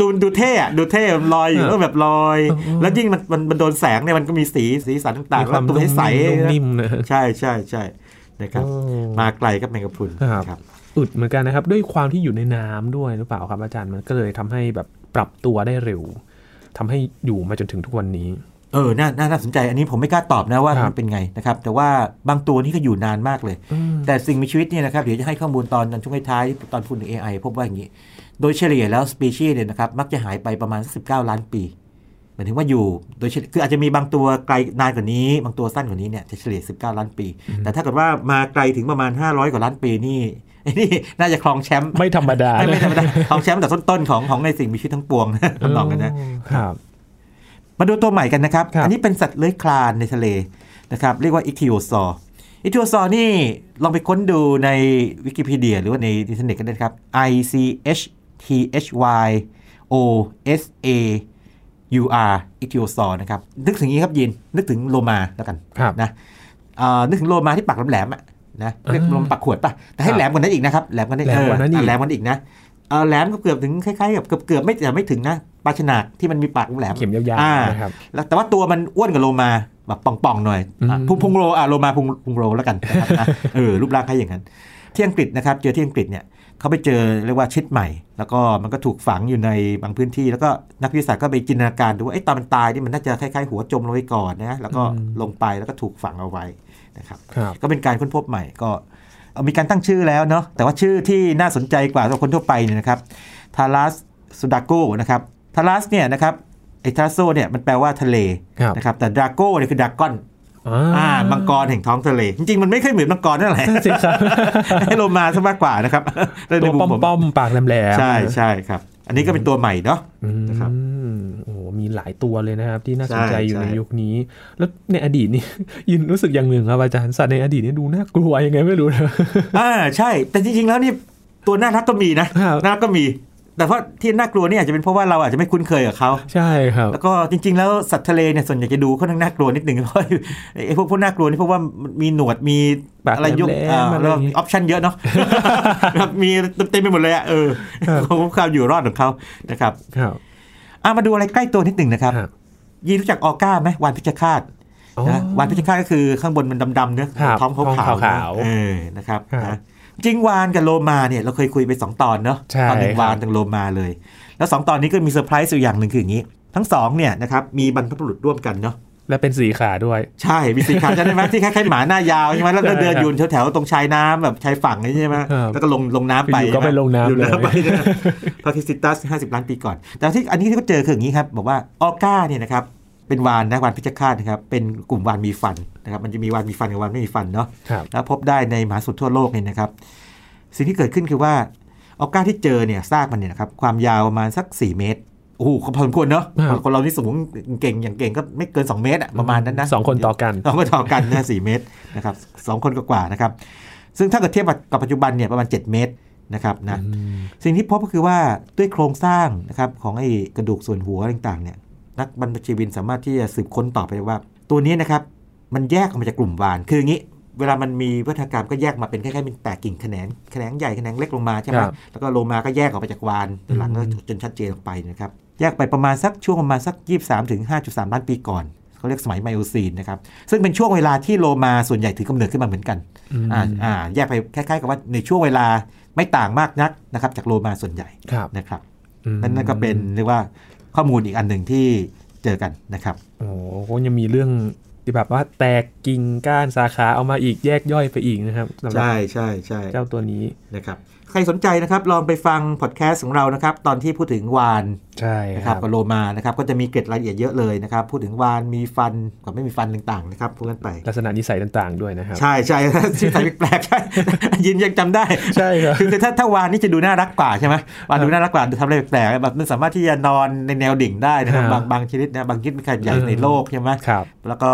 B: ดูดูเท่อะดูเท่ลอยอยู่
A: เออ
B: แล้วแบบลอย
A: เออเออ
B: แล้วยิ่งมันมันมันโดนแสงเนี่ยมันก็มีสีสีสันต่าง
A: มี
B: ๆแล้ว
A: คาว ม
B: ตัว
A: นุ่ม
B: ใส
A: นิ่มนุ่ม
B: ๆ
A: นิ่มนะฮะ
B: ใช่ใช่ใช่นะครับ
A: โอ้
B: มาไกลครับแมงกะพรุน
A: ครับ
B: ครับ
A: อึดเหมือนกันนะครับ ด้วยความที่อยู่ในน้ำด้วยหรือเปล่าครับอาจารย์มันก็เลยทำให้แบบปรับตัวได้เร็วทำให้อยู่มาจนถึงทุกวันนี้
B: เออน่าน่าน่าสนใจอันนี้ผมไม่กล้าตอบนะว่า
A: ครับ
B: มันเป็นไงนะครับ แต่ว่าบางตัวนี่ก็อยู่นานมากเลย แต่สิ่งมีชีวิตเนี่ยนะครับเดี๋ยวจะให้ข้อมูลตอนช่วงท้ายๆตอนพูดถึง AI พบว่าอย่างนี้ โดยเฉลี่ยแล้วสปีชีส์เนี่ยนะครับมักจะหายไปประมาณ 19 ล้านปีหมายถึงว่าอยู่โดยเฉลี่ยคืออาจจะมีบางตัวไกลนานกว่านี้ บางตัวสั้นกว่านี้เนี่ยจะเฉลี่ย 19 ล้านปี แต่ถ้าเกิดว่ามาไกลถึงประมาณ 500 กว่าล้านปีนี่ ไอ้นี่น่าจะครองแชมป์
A: ไม่ธรรมดา
B: ไม่ไม่ธรรมดาครองแชมป์แต่ต้นๆของของในสิ่งมีชีวิตทั้งปวง นะทำนองกันนะ
A: ครับ
B: มาดูตัวใหม่กันนะครับ
A: ครับ
B: อันี้เป็นสัตว์เลื้อยคลานในทะเลนะครับ เรียกว่าอิคิโอซออิคิโอซอนี่ลองไปค้นดูในวิกิพีเดียหรือว่าในอินเทอร์เน็ตกันนะครับ I C H T H Y O S A U R อิคิโอซอนะครับ นึกถึงอย่างนี้ครับยิน นึกถึงโลมาแล้วกัน
A: ครับ
B: นะเอ่อนึกถึงโลมาที่ปากแหลมๆอะนะเรียก
A: อ่า
B: โลมาปากขวดป่ะ แต่ให้
A: ครับ
B: แหลมกว่านั้นอีกนะครับ แหลมกว่านั้น
A: แหลมกว่านั้นอีก
B: เแหลมกว่านั้นอีกนะเอ่อแหลมก็เกือบถึงคล้ายๆกับเกือบเกือบๆไม่แต่ไม่ถึงนะปลาฉนากที่มันมีปากแหลมๆ
A: เข็มยาว
B: อ่า
A: ๆนะครับ
B: แล้วแต่ว่าตัวมันอ้วนกับโลมาแบบป่องๆหน่อย
A: อืม
B: อ่ะพุงพุงโลอ่ะโลมาพุงพุงโลแล้วกัน นะครับนะ เออรูปร่างคล้ายอย่างนั้น ที่อังกฤษนะครับ เจอที่อังกฤษเนี่ยเขาไปเจอเรียกว่าชิดใหม่ แล้วก็มันก็ถูกฝังอยู่ในบางพื้นที่ แล้วก็นักวิทยาศาสตร์ก็ไปจินตนาการดูว่าไอ้ตอนมันตายนี่มันน่าจะคล้ายๆหัวจมลงไปก่อนนะแล้วก็ลงไปแล้วก็ถูกฝังเอาไว้นะครับ
A: ครับ
B: ก็เป็นการค้นพบใหม่ก็เอามีการตั้งชื่อแล้วเนาะแต่ว่าชื่อที่น่าสนใจกว่าสำหรับคนทั่วไปเนี่ยนะครับทารัสสุดาโกนะครับทารัสเนี่ยนะครับไอ้ทารัสโซเนี่ยมันแปลว่าทะเล
A: ครับ
B: นะครับแต่ดราโกเนี่ยคือดรากอน
A: อ่า
B: อ่ามังกรแห่งท้องทะเล จริงๆ มันไม่เคยเหมือนมังกรนั่นแหละ
A: สิครับ
B: ให้โลมาซะมากกว่านะครับใน
A: ตัว
B: มุ
A: ป้อ
B: ม
A: ม
B: ผม
A: ๆปากแหลมๆ
B: ใช่ใช่ครับ อันนี้ก็เป็นตัวใหม่เนาะ
A: อืม
B: นะครับ
A: โอ้โหมีหลายตัวเลยนะครับ ที่น่าสนใจ
B: ใช่
A: อยู่
B: ใช่
A: ในยุคนี้ แล้วในอดีตนี่ ยินรู้สึกอย่างหนึ่งครับอาจารย์สัตว์ในอดีตนี่ดูน่ากลัวยังไงไม่รู้นะ
B: อ่าใช่ แต่จริง ๆ แล้วนี่ตัวน่ารักก็มีนะครับ น่ารักก็มี แต่เพราะที่น่ากลัวเนี่ยอาจจะเป็นเพราะว่าเราอาจจะไม่คุ้นเคยกับเขา
A: ใช่ครับ
B: แล้วก็จริง ๆ แล้วสัตว์ทะเลเนี่ยส่วนใหญ่จะดูค่อนข้างน่ากลัวนิดหนึ่ง เพราะไอ้พวกพวกน่ากลัวนี่เพราะว่ามีหนวดมี
A: ปาก
B: อะไรยก
A: แหลมๆ
B: อ่า
A: อะไร
B: แล้ว
A: อ
B: ก็
A: ย่างงี้
B: มีออปชั่นเย อะเนาะ ครับมีเต็มไปหมดเลย อะเออ
A: ครับ
B: ของความอยู่รอดของเขานะครับ
A: ครับ
B: อ่ะมาดูอะไรใกล้ตัวนิดหนึ่งนะครับ
A: ครับ
B: ยีรู้จักออก้าไหมวานพิชฆาตนะวานพิชฆาตก็คือข้างบนมันดำๆเนื้อ
A: ครับ
B: ท้องข
A: ท้อง
B: าวๆ
A: ขา
B: นะ
A: วๆ
B: เออนะครับ
A: ครับ
B: นะจริงวานกับโลมาเนี่ยเราเคยคุยไป 2 ตอนเนาะ
A: ใช่
B: ตอนห
A: ค
B: นึ่
A: รั
B: ง
A: บ
B: วานกับโลมาเลย แล้ว 2 ตอนนี้ก็มีเซอร์ไพรส์อยู่อย่างหนึ่งคืออย่างนี้ ทั้งสองเนี่ยนะครับมีบรรพบุรุษร่วมกันเนาะ
A: และเป็นสีขาด้วย
B: ใช่ มีสีขาวจำได้ไหมที่คล้ายๆหมาหน้ายาวใช่ไหมแล้วก็เดิน
A: ใช่ครับ
B: อยู่แถวๆตรงชายน้ำแบบชายฝั่งนี่ใช่ไหม
A: ครับ
B: แล้วก็ลงลงน้ำไป
A: อยู่ๆก็ไป
B: ใช่หม
A: ลงน้ำ
B: อยู่
A: เลย
B: น้ำไปนะพาคิสิตัสห้าสิบล้านปีก่อน แต่ที่อันนี้ที่เขาเจอคืออย่างนี้ครับบอกว่าออก้าเนี่ยนะครับ เป็นวานนะวานพิชฆาตนะครับเป็นกลุ่มวานมีฟันนะครับมันจะมีวานมีฟันกับวานไม่มีฟันเนาะ
A: ครับ
B: แล้วพบได้ในมหาสมุทรทั่วโลกเนี่ยนะครับ สิ่งที่เกิดขึ้นคือว่าออก้าที่เจอเนี่ยซากมันเนี่ยนะครับความยาวประมาณสัก 4 เมตรโอ้โหพอสมควรเนาะ
A: ครับ
B: คนเรานี่สูงเก่งอย่างเก่งก็ไม่เกิน 2 เมตรอะประมาณนั้นนะ
A: สองคนต่อกัน
B: สองคนต่อกันนะสี่เมตรนะครับสองคนกว่าๆนะครับ ซึ่งถ้าเกิดเทียบกับปัจจุบันเนี่ยประมาณ 7 เมตรนะครับนะ สิ่งที่พบก็คือว่าด้วยโครงสร้างนะครับของไอ้กระดูกส่วนหัวอะไรต่างๆเนี่ยนักบรรพชีวินสามารถที่จะสืบค้นต่อไปได้ว่า ตัวนี้นะครับมันแยกออกมาจากกลุ่มวาน คืออย่างนี้ เวลามันมีวัฒนกรรมก็แยกมาเป็นคล้ายๆเป็นแตกกิ่งแขนงแขนงใหญ่แขนงเล็กลงมาใช่ไหม
A: ครับ
B: แล้วก็โลมาก็แยกออกไปจากวานแต่หลังก็
A: อืม
B: จนชัดเจนออกไปนะครับแยกไปประมาณสักช่วงประมาณสัก 23ถึง5.3 ล้านปีก่อนเขาเรียกสมัยไมโอซีนนะครับซึ่งเป็นช่วงเวลาที่โลมาส่วนใหญ่ถือกำเนิดขึ้นมาเหมือนกัน
A: อืม
B: อ่าอ่าแยกไปคล้ายๆกับว่าในช่วงเวลาไม่ต่างมากนักนะครับจากโลมาส่วนใหญ่
A: ครับ
B: นะครับ
A: อืม
B: นั่นนั่นก็เป็นเรียกว่าข้อมูลอีกอันหนึ่งที่เจอกันนะครับ
A: โอ้โหก็ยังมีเรื่องที่แบบว่าแตกกิ่งก้านสาขาเอามาอีกแยกย่อยไปอีกนะครับสำหรับ
B: ใช่ใช่ใช่
A: เจ้าตัวนี้
B: นะครับใครสนใจนะครับลองไปฟังพอดแคสต์ของเรานะครับ ตอนที่พูดถึงวาน
A: ใช่
B: นะครับกับโลมานะครับก็จะมีเกร็ดรายละเอียดเยอะเลยนะครับ พูดถึงวานมีฟันกับไม่มีฟันต่างๆนะครับพูดกันไป
A: ลักษณะนิสัยต่างๆด้วยนะครับ
B: ใช่ใช่ ชื่อไทยแปลกๆใช่ ยินยังจำได้
A: ใช่ครับ
B: คือคือถ้าถ้าวานนี่จะดูน่ารักกว่าใช่ไหมวานดูน่ารักกว่าดูทำอะไรแปลกๆแบบมันสามารถที่จะนอนในแนวดิ่งได้นะครับ
A: ครับ
B: บางบางชนิดนะบางชนิดเป็นขนาดใหญ่
A: อืม
B: ในโลกใช่ไหม
A: ครับ
B: แล้วก็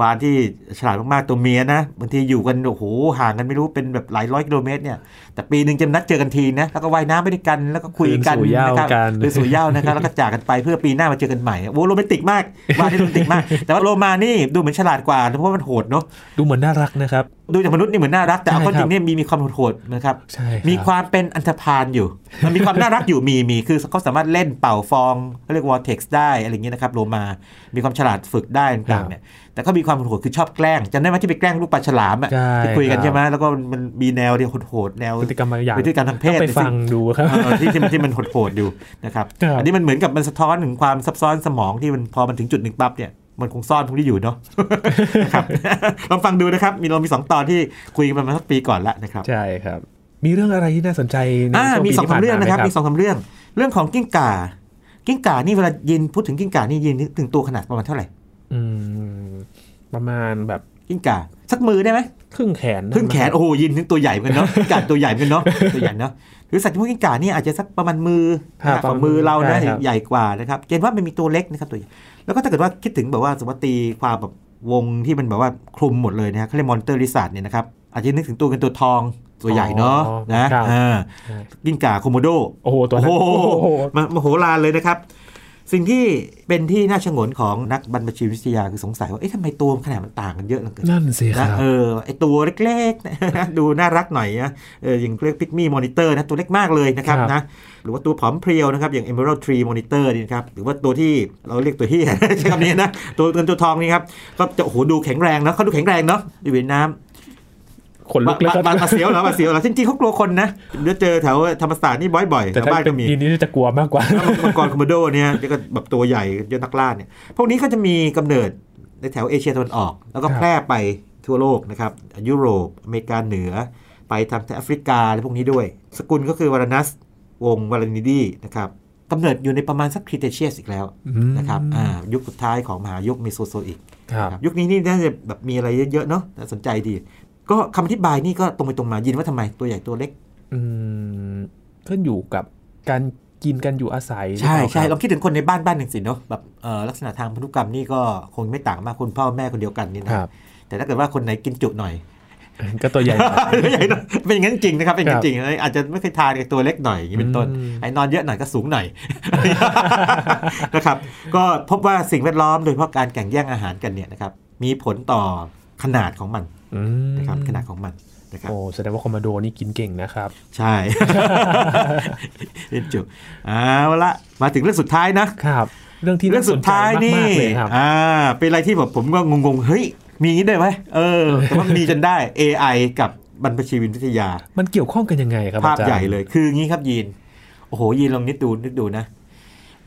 B: วานที่ฉลาดมากๆตัวเมียนะบางทีอยู่กันโอ้โหห่างกันไม่รู้เป็นแบบหลายร้อยกิโลเมตรเนี่ยแต่ปีหนึ่งจะนัดเจอกันทีนะแล้วก็ว่ายน้ำไปด้วยกันแล้วก็คุยกัน
A: คืสู่เหย้า
B: นะครับ
A: กัน
B: หรือสู่เหย้านะครับ แล้วก็จากกันไปเพื่อปีหน้ามาเจอกันใหม่โอ้โรแมนติกมากวานนี่โรแมนติกมาก แต่ว่าโลมานี่ดูเหมือนฉลาดกว่าเพราะว่ามันโหดเนาะ
A: ดูเหมือนน่ารักนะครับ
B: ดูจากมนุษย์นี่เหมือนน่ารักแต่เอา
A: ใช่
B: เข้าจ
A: ครั
B: ริ
A: บ
B: งเนี่ยมีมีความโหดๆนะครับ
A: ใช่รับ
B: มีความเป็นอันธพาลอยู่ มันมีความน่ารักอยู่มีมีคือเขาสามารถเล่นเป่าฟองเขาเรียกวอลเท็กซ์ได้อะไรอย่างเงี้ยนะครับโลมา มีความฉลาดฝึกได้
A: ครั
B: ต่า
A: บ
B: งๆเนี่ยแต่ก็มีความโหดๆคือชอบแกล้งจำได้ไหมที่ไปแกล้งลูกปลาฉลามอ่ะ
A: ใช่
B: ที่คุยกั
A: ครั
B: น
A: บ
B: ใช่ไหมแล้วก็มันมันมีแนวเดียวโหดๆแนว
A: พฤติกรรมบางอย่าง
B: พฤติกรรมทางเพ
A: ต้อง
B: ศ
A: ไปฟัง
B: ซึ่ง
A: ดูครับ
B: เออที่ที่มันที่มันโหดๆอยู่นะครับ
A: ครับ
B: อันนี้มันเหมือนกับมันสะท้อนถึงความซับซ้อนสมองที่มันพอมันถึงจุดหนึ่งปั๊บเนี่ย มันคงซ่อนพวกนี้อยู่เนาะ นะครับ ลองฟังดูนะครับ มีเรามี 2 ตอนที่คุยกันมาสักปีก่อนละนะครับ
A: ใช่ครับ มีเรื่องอะไรที่น่าสนใจใน
B: อ่า
A: ช่วง
B: มี
A: ปี
B: สอง
A: ที่
B: สา
A: ผ่ามน
B: เรื่อง
A: มาไหม
B: นะค
A: ค
B: รั
A: รั
B: บบ มีสองสามเรื่อง เรื่องของกิ้งก่า กิ้งก่านี่เวลายินพูดถึงกิ้งก่านี่ยินนึกถึงตัวขนาดประมาณเท่าไหร่
A: อืม ประมาณแบบ
B: กิ้งก่าสักมือได้ไหม
A: ครึ่งแขนนะ
B: พึ่งแขนโอ้โหยินนี่ตัวใหญ่เหมือนกัน เนาะ กิ้งก่าตัวใหญ่เหมือนกันเนาะตัวใหญ่เนาะหรือสัตว์พวกกิ้งก่านี่อาจจะสักประมาณมือข
A: ครับ
B: นาดฝ่ามือเรานะ
A: ใช่คบ
B: ใหญ่กว่านะครับเจนว่ามันมีตัวเล็กนะครับตัวใหญ่แล้วก็ถ้าเกิดว่าคิดถึงแบบว่าสมมติตีความแบบวงที่มันแบบว่าคลุมหมดเลยนะฮะเขาเรียกมอนเตอร์ลิซาร์ดเนี่ยนะครับอาจจะนึกถึงตัวเงินตัวทองตัวใหญ่เนาะนะครับ อ่า
A: ใช่
B: กิ้งก่าโคโมโด
A: โอ้โหตัวนั้น
B: โอ้โห
A: โอ้โห
B: มามโหฬารเลยนะครับ สิ่งที่เป็นที่น่าชงนของนักบรรพชีวิทยาคือสงสัยว่าเอ๊ะทำไมตัวขนาดมันต่างกันเยอะเหลือเกิน
A: นั่นสิค
B: นะ
A: รับ
B: เออไอตัวเล็กๆนะ ดูน่ารักหน่อยนะเอออย่างเรียกพิกมี่มอนิเตอร์นะตัวเล็กมากเลยนะครับ
A: ครับ
B: นะหรือว่าตัวผอมเพรียวนะครับอย่าง Emerald Tree Monitor นี่นะครับหรือว่าตัวที่เราเรียก ตัวที่ ใช้คำนี้นะตัวเงินตัวทองนี่ครับก็จะโอ้โหดูแข็งแรงนะเขาดูแข็งแรงเนาะอยู่ในน้ำ
A: ขนลุกแล้วก็
B: บาดบาดเสียวเหรอบาดเสียวเหรอจริงๆเขากลัวคนนะเดี๋ยวเจอแถวธรรมศาสตร์นี่บ่อยๆแถ
A: แต่
B: ว
A: ถ้า
B: บ้าน
A: เป็
B: ก็
A: น
B: มี
A: ดีนี้จะกลัวมากกว่า
B: แล้วมังกรคอมโมโดเนี่ยเดี๋ยวก็แบบตัวใหญ่ยอดนักล่าเนี่ย พวกนี้ก็จะมีกำเนิดในแถวเอเชียตะวันออก แล้วก็
A: ครับ
B: แพร่ไปทั่วโลกนะครับ ยุโรป อเมริกาเหนือ ไปทางแอฟริกาอะไรพวกนี้ด้วย สกุลก็คือวารนัส วงวารนิดีนะครับกำเนิดอยู่ในประมาณสักคริเตเชียสอีกแล้ว
A: อืม
B: นะครับอ่ายุคสุดท้ายของมหายุคเมโซโซอีก
A: ครับ
B: ยุคนี้นี่น่าจะแบบมีอะไรเยอะๆเนาะน่าสนใจดี ก็คำอธิบายนี่ก็ตรงไปตรงมายินว่าทำไมตัวใหญ่ตัวเล็ก
A: อืมขึ้นอยู่กับการกินกันอยู่อาศัย
B: ใช่
A: หรือเปล่า
B: ใช่
A: ค
B: ล
A: รั
B: อบ งคิดถึงคนในบ้านบ้านหนึ่งสิเนาะแบบเอ่อลักษณะทางพันธุกรรมนี่ก็คงไม่ต่างมากคุณพ่อแม่คนเดียวกันนี่นะครับ แต่ถ้าเกิดว่าคนไหนกินจุหน่อย
A: ก็ตัวใหญ่หน่อย
B: ใหญ่หน่อยเป็นอย่างนั้นจริงนะครับเป็นอย่าง
A: ครับ
B: นั้นจริงนะอาจจะไม่เคยทานกับตัวเล็กหน่อยอย่างนี้เป็นต้น
A: อืม
B: ไอ้นอนเยอะหน่อยก็สูงหน่อย นะครับก็พบว่าสิ่งแวดล้อมโดยเฉพาะการแข่งแย่งอาหารกันเนี่ยนะครับมีผลต่อขนาดของมัน
A: อืม
B: นะครับขนาดของมันนะครับ
A: โอ้แสดงว่าคอมมานโดนี่กินเก่งนะครับ
B: ใช่ เรียนจุเอาละมาถึงเรื่องสุดท้ายนะ
A: ครับ เรื่องที่
B: เรื่องสุดท้ายนี่
A: มากๆเลยครับ
B: อ่า เป็นอะไรที่แบบผมก็งงๆ เฮ้ย มีอย่างนี้ได้วยไหมเออ แต่ว่ามีจนได้ AI กับบรรพชีวินวิทยา
A: มันเกี่ยวข้องกันยังไงครับ
B: ภาพ
A: อจร
B: ใหญ่เลย คืออย่างนี้ครับยีน โอ้โห ยีนลองนิดดูนึกดูนะ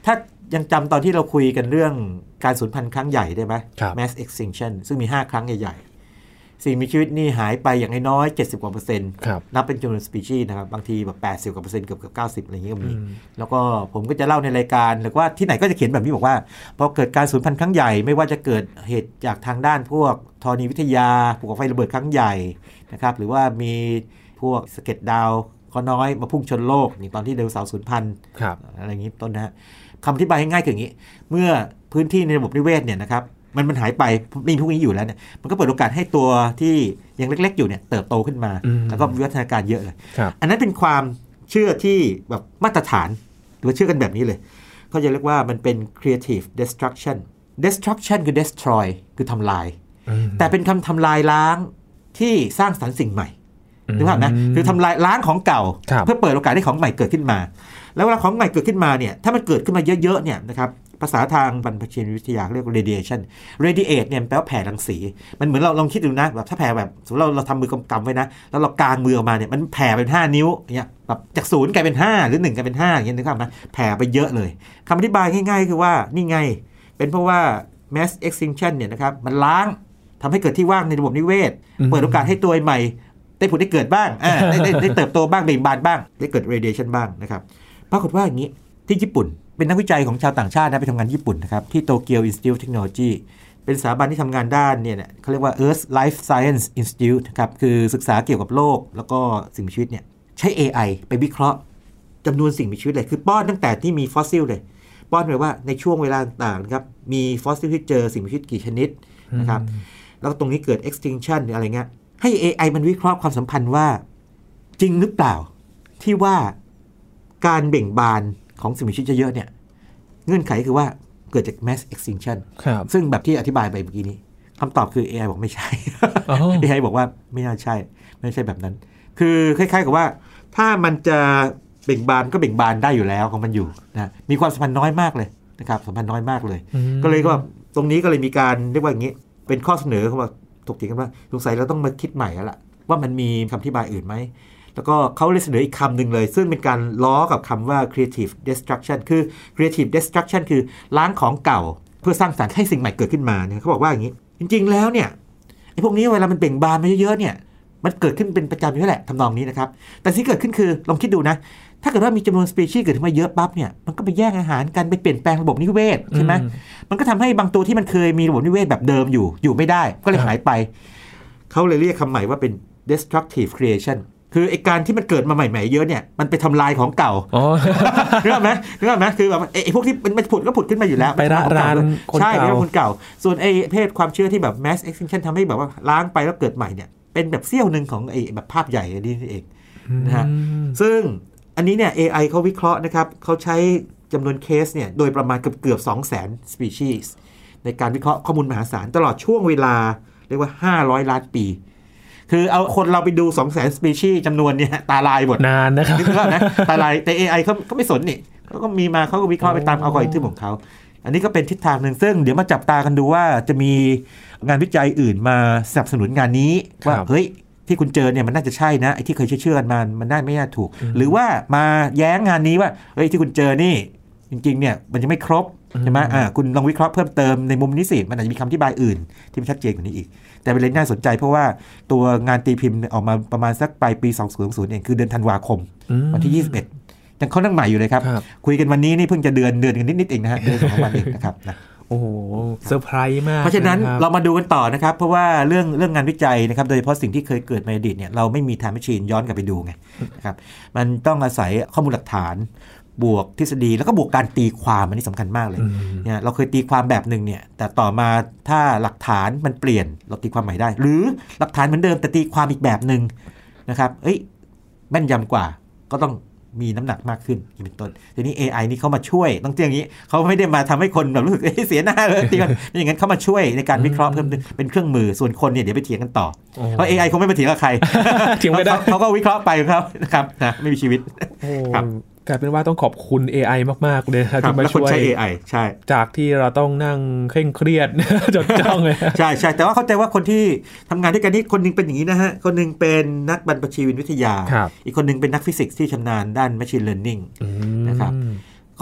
B: ถ้ายังจำตอนที่เราคุยกันเรื่องการสูญพันธุ์ครั้งใหญ่ได้ไหม
A: ครับ
B: mass extinction ซึ่งมี 5 ครั้งใหญ่ๆ สิ่งมีชีวิตนี่หายไปอย่างน้อยๆ70กว่าเปอร์เซ็นต์
A: ครับ
B: นับเป็นจำนวนสปีชีส์นะครับ บางทีแบบ 80กว่าเปอร์เซ็นต์เกือบเกือบ90 อะไรอย่างเงี้ยก็มี
A: อืม
B: แล้วก็ผมก็จะเล่าในรายการหรือว่าที่ไหนก็จะเขียนแบบนี้บอกว่าพอเกิดการสูญพันธุ์ครั้งใหญ่ไม่ว่าจะเกิดเหตุจากทางด้านพวกธรณีวิทยาภูเขาไฟระเบิดครั้งใหญ่นะครับหรือว่ามีพวกสะเก็ดดาวก็น้อยมาพุ่งชนโลกอย่างตอนที่ไดโนเสาร์สูญพันธุ์
A: ครับ
B: อะไรอย่างนี้ต้นนะฮะคำอธิบายง่ายๆคืออย่างนี้ เมื่อพื้นที่ในระบบนิเวศเนี่ยนะครับมันมันหายไปมีพวกนี้อยู่แล้วเนี่ยมันก็เปิดโอกาสให้ตัวที่ยังเล็ก ๆ อยู่เนี่ยเติบโตขึ้นมา
A: อืม
B: แล้วก็วิวัฒนาการเยอะเลย
A: ครับ
B: อันนั้นเป็นความเชื่อที่แบบมาตรฐานหรือว่าเชื่อกันแบบนี้เลย เขาจะเรียกว่ามันเป็น creative destruction destruction คือ destroy คือทำลาย
A: อืม
B: แต่เป็นคำทำลายล้างที่สร้างสรรค์สิ่งใหม่นึกภาพนะคือทำลายล้างของเก่า
A: ครับ
B: เพื่อเปิดโอกาสให้ของใหม่เกิดขึ้นมา แล้วเวลาของใหม่เกิดขึ้นมาเนี่ยถ้ามันเกิดขึ้นมาเยอะๆเนี่ยนะครับภาษาทางบรรพชีววิทยาเรียกว่า radiation radiate เนี่ยแปลว่าแผ่รังสี มันเหมือนเราลองคิดดูนะแบบถ้าแผ่แบบสมมติเราเราทำมือกำๆไว้นะ แล้วเรากางมือออกมาเนี่ยมันแผ่เป็น 5 นิ้วอย่างเงี้ยแบบจากศูนย์กลายเป็น 5 หรือ 1กลายเป็น 5 อย่างเงี้ยนึกภาพไหมแผ่ไปเยอะเลยคำอธิบายง่าย ๆ คือว่านี่ไง เป็นเพราะว่า mass extinction เนี่ยนะครับมันล้างทำให้เกิดที่ว่างในระบบนิเวศ
A: อืม
B: เปิดโอกาสให้ตัวใหม่ ได้ผุดได้เกิดบ้างอ่าได้ได้ได้เติบโตบ้างเบ่งบานบ้าง ได้เกิด radiation บ้างนะครับ ปรากฏว่าอย่างนี้ที่ญี่ปุ่น เป็นนักวิจัยของชาวต่างชาตินะไปทำงานญี่ปุ่นนะครับ ที่โตเกียว Institute of Technology เป็นสถาบันที่ทำงานด้านเนี่ยเนี่ยเขาเรียกว่า Earth Life Science Institute นะครับ คือศึกษาเกี่ยวกับโลก แล้วก็สิ่งมีชีวิตเนี่ยใช้ AI ไปวิเคราะห์จำนวนสิ่งมีชีวิตเลย คือป้อนตั้งแต่ที่มีฟอสซิลเลย ป้อนไปว่าในช่วงเวลาต่างๆนะครับมีฟอสซิลที่เจอสิ่งมีชีวิตกี่ชนิดนะครับ แล้วก็ตรงนี้เกิด extinction หรืออะไรเงี้ย ให้ AI มันวิเคราะห์ความสัมพันธ์ว่า จริงหรือเปล่า ที่ว่าการเบ่งบานของสิ่งมีชีวิตเยอะๆเนี่ย เงื่อนไขคือว่าเกิดจาก mass extinction
A: ครับ
B: ซึ่งแบบที่อธิบายไปเมื่อกี้นี้คำตอบคือ AI บอกไม่ใช่
A: อ๋อ
B: AI บอกว่าไม่น่าใช่ ไม่ใช่แบบนั้น คือคล้ายๆกับว่า ถ้ามันจะเบ่งบานก็เบ่งบานได้อยู่แล้วของมันอยู่นะมีความสัมพันธ์น้อยมากเลยนะครับสัมพันธ์น้อยมากเลย
A: อืม
B: ก็เลยก็แบบตรงนี้ก็เลยมีการเรียกว่าอย่างนี้ เป็นข้อเสนอเขาบอกถกเถียงกันว่าสงสัยเราต้องมาคิดใหม่แล้วล่ะว่ามันมีคำที่บายอื่นไหม แล้วก็เขาเลยเสนออีกคำหนึ่งเลย ซึ่งเป็นการล้อกับคำว่า creative destruction คือ creative destruction คือล้างของเก่า เพื่อสร้างสรรค์ให้สิ่งใหม่เกิดขึ้นมาเนี่ยเขาบอกว่าอย่างนี้ จริง ๆ แล้วเนี่ยไอ้พวกนี้เวลามันเบ่งบานมาเยอะๆเนี่ย มันเกิดขึ้นเป็นประจำอยู่แล้วแหละทำนองนี้นะครับ แต่สิ่งที่เกิดขึ้นคือลองคิดดูนะ ถ้าเกิดว่ามีจำนวนสปีชีส์เกิดขึ้นมาเยอะปั๊บเนี่ยมันก็ไปแย่งอาหารกันไปเปลี่ยนแปลงระบบนิเวศใช่ไหม
A: อื
B: มันก็ทำให้บางตัวที่มันเคยมีระบบนิเวศแบบเดิมอยู่ อยู่ไม่ได้ ก็เลย
A: ครับ
B: หายไป เขาเลยเรียกคำใหม่ว่าเป็น destructive creation คือไอการที่มันเกิดมาใหม่ๆเยอะเนี่ย มันไปทำลายของเก่า
A: อ๋อ
B: นึกออกไหมนึกออกไหมคือแบบไอไอ้พวกที่มันผุดก็ผุดขึ้นมาอยู่แล้ว
A: ไประรานคน
B: ใช่ไป
A: เก่า
B: ระรานคนเก่า ส่วนไอเพศความเชื่อที่แบบ mass extinction ทำให้แบบว่าล้างไปแล้วเกิดใหม่เนี่ย เป็นแบบเสี้ยวหนึ่งของไอแบบภาพใหญ่อันนี้เอง นะฮะ ซึ่งอันนี้เนี่ย AI เขาวิเคราะห์นะครับเขาใช้จำนวนเคสเนี่ยโดยประมาณเกือบเกือบ200,000 species ในการวิเคราะห์ข้อมูลมหาศาลตลอดช่วงเวลาเรียกว่า 500 ล้านปี คือเอาคนเราไปดู 200,000 species จำนวนเนี่ยตาลายหมด
A: นานนะครับ
B: นึกภาพนะ ตาลายแต่ AI เขาเขาไม่สนนี่เขาก็มีมาเขาก็วิเคราะห์ไปตามอัลกอริทึมของเขา อันนี้ก็เป็นทิศทางหนึ่งซึ่งเดี๋ยวมาจับตากันดูว่าจะมีงานวิจัยอื่นมาสนับสนุนงานนี้ว่า
A: ครับ
B: เฮ้ย ที่คุณเจอเนี่ยมันน่าจะใช่นะไอ้ที่เคยเชื่อๆกันมามันน่าไม่น่าถูก หรือว่ามาแย้งงานนี้ว่าเฮ้ยที่คุณเจอนี่ จริงๆเนี่ยมันยังไม่ครบใช่ไหมอ่าคุณลองวิเคราะห์เพิ่มเติมในมุมนี้สิมันอาจจะมีคำที่บายอื่น ที่มันชัดเจนกว่านี้อีก แต่เป็นเรื่องน่าสนใจเพราะว่าตัวงานตีพิมพ์เนี่ยออกมาประมาณสักปลายปี 2020เองคือเดือนธันวาคม
A: อืม
B: วันที่ 21ยังเขานั่งใหม่อยู่เลยครับ
A: ครับ
B: คุยกันวันนี้นี่เพิ่งจะเดือนเดือนกันนิดๆเองนะฮะเดือนสองสามวันเองนะครับนะ
A: โอ้โหเซอร์ไพรส์มาก
B: เพราะฉะนั้น
A: คบ
B: เรามาดูกันต่อนะครับ เพราะว่าเรื่องเรื่องงานวิจัยนะครับ โดยเฉพาะสิ่งที่เคยเกิดในอดีตเนี่ยเราไม่มีไทม์แมชชีนย้อนกลับไปดูไงนะครับมันต้องอาศัยข้อมูลหลักฐาน บวกทฤษฎีแล้วก็บวกการตีความอันนี้สำคัญมากเลย
A: อืม
B: เนี่ยเราเคยตีความแบบหนึ่งเนี่ยแต่ต่อมาถ้าหลักฐานมันเปลี่ยนเราตีความใหม่ได้ หรือหลักฐานเหมือนเดิมแต่ตีความอีกแบบหนึ่งนะครับเอ้ยแม่นยำกว่าก็ต้องมีน้ำหนักมากขึ้นอย่างนี้เป็นต้นทีนี้ AI นี่เขามาช่วยต้องเรียกอย่างนี้เขาไม่ได้มาทำให้คนแบบรู้สึกเอ้ ยเสียหน้าเลยตีกันไม่อย่างนั้นเขามาช่วยในการวิเคราะห์เพิ่มเติมเป็นเครื่องมือส่วนคนเนี่ยเดี๋ยวไปเถียงกันต่อ
A: โอ้
B: เพราะ AI คงไม่มาเถียงกับใคร
A: เถียงไม่ได้
B: ขา เขาก็วิเคราะห์ไปของเขานะครับ นะไม่มีชีวิต
A: โอ้
B: ครับ
A: กลายเป็นว่าต้องขอบคุณ AI มาก ๆ เลยนะครับ
B: ครับ
A: ที่มา
B: แล้วคน
A: ช่วย
B: ใช้ AI ใช่
A: จากที่เราต้องนั่งเคร่งเครียด จดจ้องเลย
B: ใช่ใช่แต่ว่าเข้าใจว่าคนที่ทำงานด้วยกันนี่คนหนึงเป็นอย่างนี้นะฮะ คนหนึงเป็นนักบรรพชีวินวิทยา
A: ครับ
B: อีกคนหนึงเป็นนักฟิสิกส์ที่ชำนาญด้าน Machine Learning นะครับ
A: อืม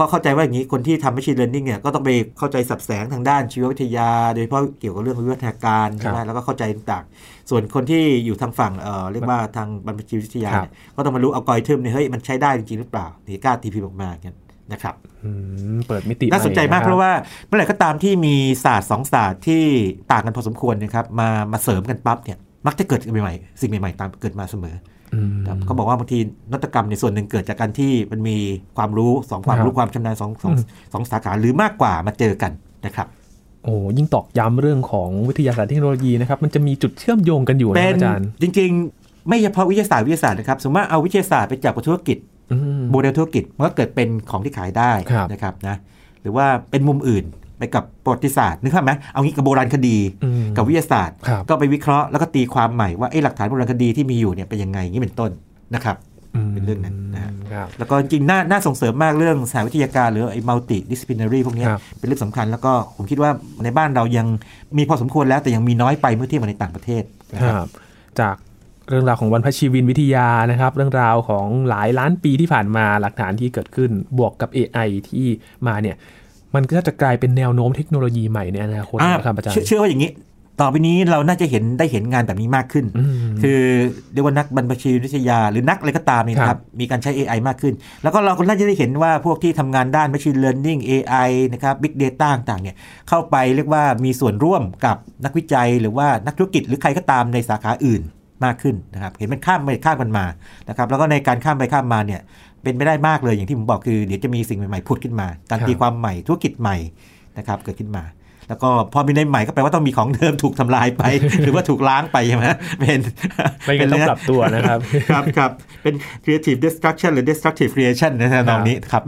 B: ก็เข้าใจว่าอย่างนี้คนที่ทำ Machine Learning เนี่ยก็ต้องไปเข้าใจสับแสงทางด้านชีววิทยา โดยเฉพาะเกี่ยวกับเรื่องวิวัฒนาการใช่ไหม
A: ครับ
B: แล้วก็เข้าใจต่างๆส่วนคนที่อยู่ทางฝั่งเอ่อเรียกว่าทางบรรพชีวินวิทยา
A: ครับ
B: เนี่ยก็ต้องมารู้เอากอยทึมเนี่ยเฮ้ยมันใช้ได้จริงๆหรือเปล่านี่กล้าทีพีออกมากันนะครับ
A: อืมเปิดมิติ
B: น่าสนใจมาก
A: ให
B: เพ
A: น
B: ราะ
A: คบ
B: ว่าเมื่อไหร่ก็ตามที่มีศาสตร์สองศาสตร์ที่ต่างกันพอสมควรนะครับมามาเสริมกันปั๊บเนี่ยมักจะเกิดใหม่ๆสิ่งใหม่ๆตามเกิดมาเสมอ
A: อืม
B: ครับเขาบอกว่าบางทีนวัตกรรมในยส่วนหนึ่งเกิดจากการที่มันมีความรู้สองความ
A: ค
B: รู้
A: รับ
B: ความชำนาญสองสองสองสาขาหรือมากกว่ามาเจอกันนะครับ
A: โอ้ยิ่งตอกย้ำเรื่องของวิทยาศาสตร์เทคโนโลยีนะครับ มันจะมีจุดเชื่อมโยงกันอยู่นะ
B: เป็น
A: อาจารย์
B: จริงๆ ไม่เฉพาะวิทยาศาสตร์วิทยาศาสตร์นะครับสมมติว่าเอาวิทยาศาสตร์ไปจับกับธุรกิจ
A: อืม
B: โมเดลธุรกิจมันก็เกิดเป็นของที่ขายได้
A: ครับ
B: นะครับนะหรือว่าเป็นมุมอื่นไปกับประวัติศาสตร์นึกภาพไหมเอางี้กับโบราณคดี
A: อืม
B: กับวิทยาศาสตร์
A: ครับ
B: ก็ไปวิเคราะห์แล้วก็ตีความใหม่ว่าไอ้หลักฐานโบราณคดีที่มีอยู่เนี่ยเป็นยังไงอย่างนี้เป็นต้นนะครับ เป็นเรื่องนั้นนะฮะ
A: ครับ
B: แล้วก็จริงๆน่าน่าส่งเสริมมากเรื่องสายวิทยาการหรือไอ้ multi disciplinary พวกเนี้ย
A: ครับ
B: เป็นเรื่องสำคัญแล้วก็ผมคิดว่าในบ้านเรายังมีพอสมควรแล้วแต่ยังมีน้อยไปเมื่อเทียบกับในต่างประเทศนะ
A: ค
B: ครับ
A: รับจากเรื่องราวของวันพชีวินวิทยานะครับ เรื่องราวของหลายล้านปีที่ผ่านมาหลักฐานที่เกิดขึ้นบวกกับ AI ที่มาเนี่ย มันก็จะกลายเป็นแนวโน้มเทคโนโลยีใหม่ในอนาคตนะครับอาจารย์
B: เชื่อเชื่อว่าอย่างนี้ ต่อไปนี้เราน่าจะเห็นได้เห็นงานแบบนี้มากขึ้น
A: อืม
B: คือเรียกว่านักบรรพชีวิทยา หรือนักอะไรก็ตามนี่นะค
A: ครั
B: รับ
A: บ
B: มีการใช้ AI มากขึ้น แล้วก็เราก็น่าจะได้เห็นว่าพวกที่ทำงานด้าน Machine Learning AI นะครับ Big Data ต่างๆเนี่ยเข้าไปเรียกว่ามีส่วนร่วมกับนักวิจัยหรือว่านักธุรกิจหรือใครก็ตามในสาขาอื่นมากขึ้นนะครับเห็นมันข้ามไปข้ามกันมานะครับแล้วก็ในการข้ามไปข้ามมาเนี่ยเป็นไม่ได้มากเลยอย่างที่ผมบอกคือเดี๋ยวจะมีสิ่งใหม่ๆผุดขึ้นมา การ
A: ครับ
B: ตีความใหม่ธุรกิจใหม่นะครับเกิดขึ้นมา แล้วก็พอมีในใหม่ก็แปลว่าต้องมีของเดิมถูกทำลายไป หรือว่าถูกล้างไปใช่ไหม เป็น
A: ไม่งั้นต้องปรับตัวนะครับ
B: ครับครับเป็น creative destruction หรือ destructive creation นะฮะตอนนี้ครับ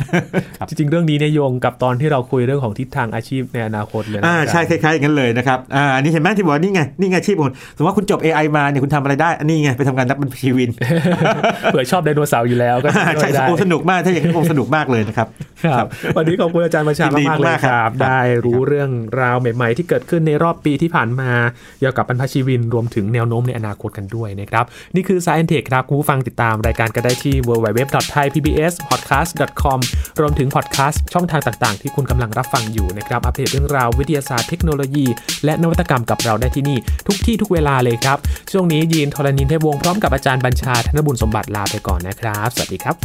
B: ครับ
A: จริงๆ เรื่องนี้เนี่ยโยงกับตอนที่เราคุยเรื่องของทิศทางอาชีพในอนาคตเลยนะ
B: อ่า
A: จรย์
B: ใช่คล้ายๆอย่างนั้นเลยนะครับอ่าอันนี่เห็นไหมที่บอกว่านี่ไงนี่ไงอาชีพคุณสมมติว่าคุณจบ AI มาเนี่ยคุณทำอะไรได้อันนี้ไงไปทำงานนักบัญชีวิน
A: เผื่อชอบไดโนเสาร์อยู่แล้วก็
B: อ่า
A: ช่วย
B: ใช่
A: ได้
B: โอ้สนุกมากถ้าอย่างนี้นคงสนุกมากเลยนะครับ
A: ครับวันนี้ขอบคุณอาจารย์ประชา
B: ยินดี
A: มากๆเลย
B: มาก
A: ค
B: ครั
A: รับ
B: บ
A: ได้
B: ครับ
A: รู้เรื่องราวใหม่ ๆ ที่เกิดขึ้นในรอบปีที่ผ่านมาเกี่ยวกับบรรพชีวินรวมถึงแนวโน้มในอนาคตกันด้วยนะครับ นี่คือ Science Tech ครับคุณผู้ฟังติดตามรายการก็ได้ที่ www.thaipbspodcast.com รวมถึงพอดแคสต์ช่องทางต่างๆ ที่คุณกำลังรับฟังอยู่นะครับอัปเดตเรื่องราววิทยาศาสตร์เทคโนโลยี และนวัตกรรมกับเราได้ที่นี่ ทุกที่ทุกเวลาเลยครับช่วงนี้ยีนทรณินเทพวงศ์พร้อมกับอาจารย์บัญชาธนบุญสมบัติลาไปก่อนนะครับ สวัสดีครับ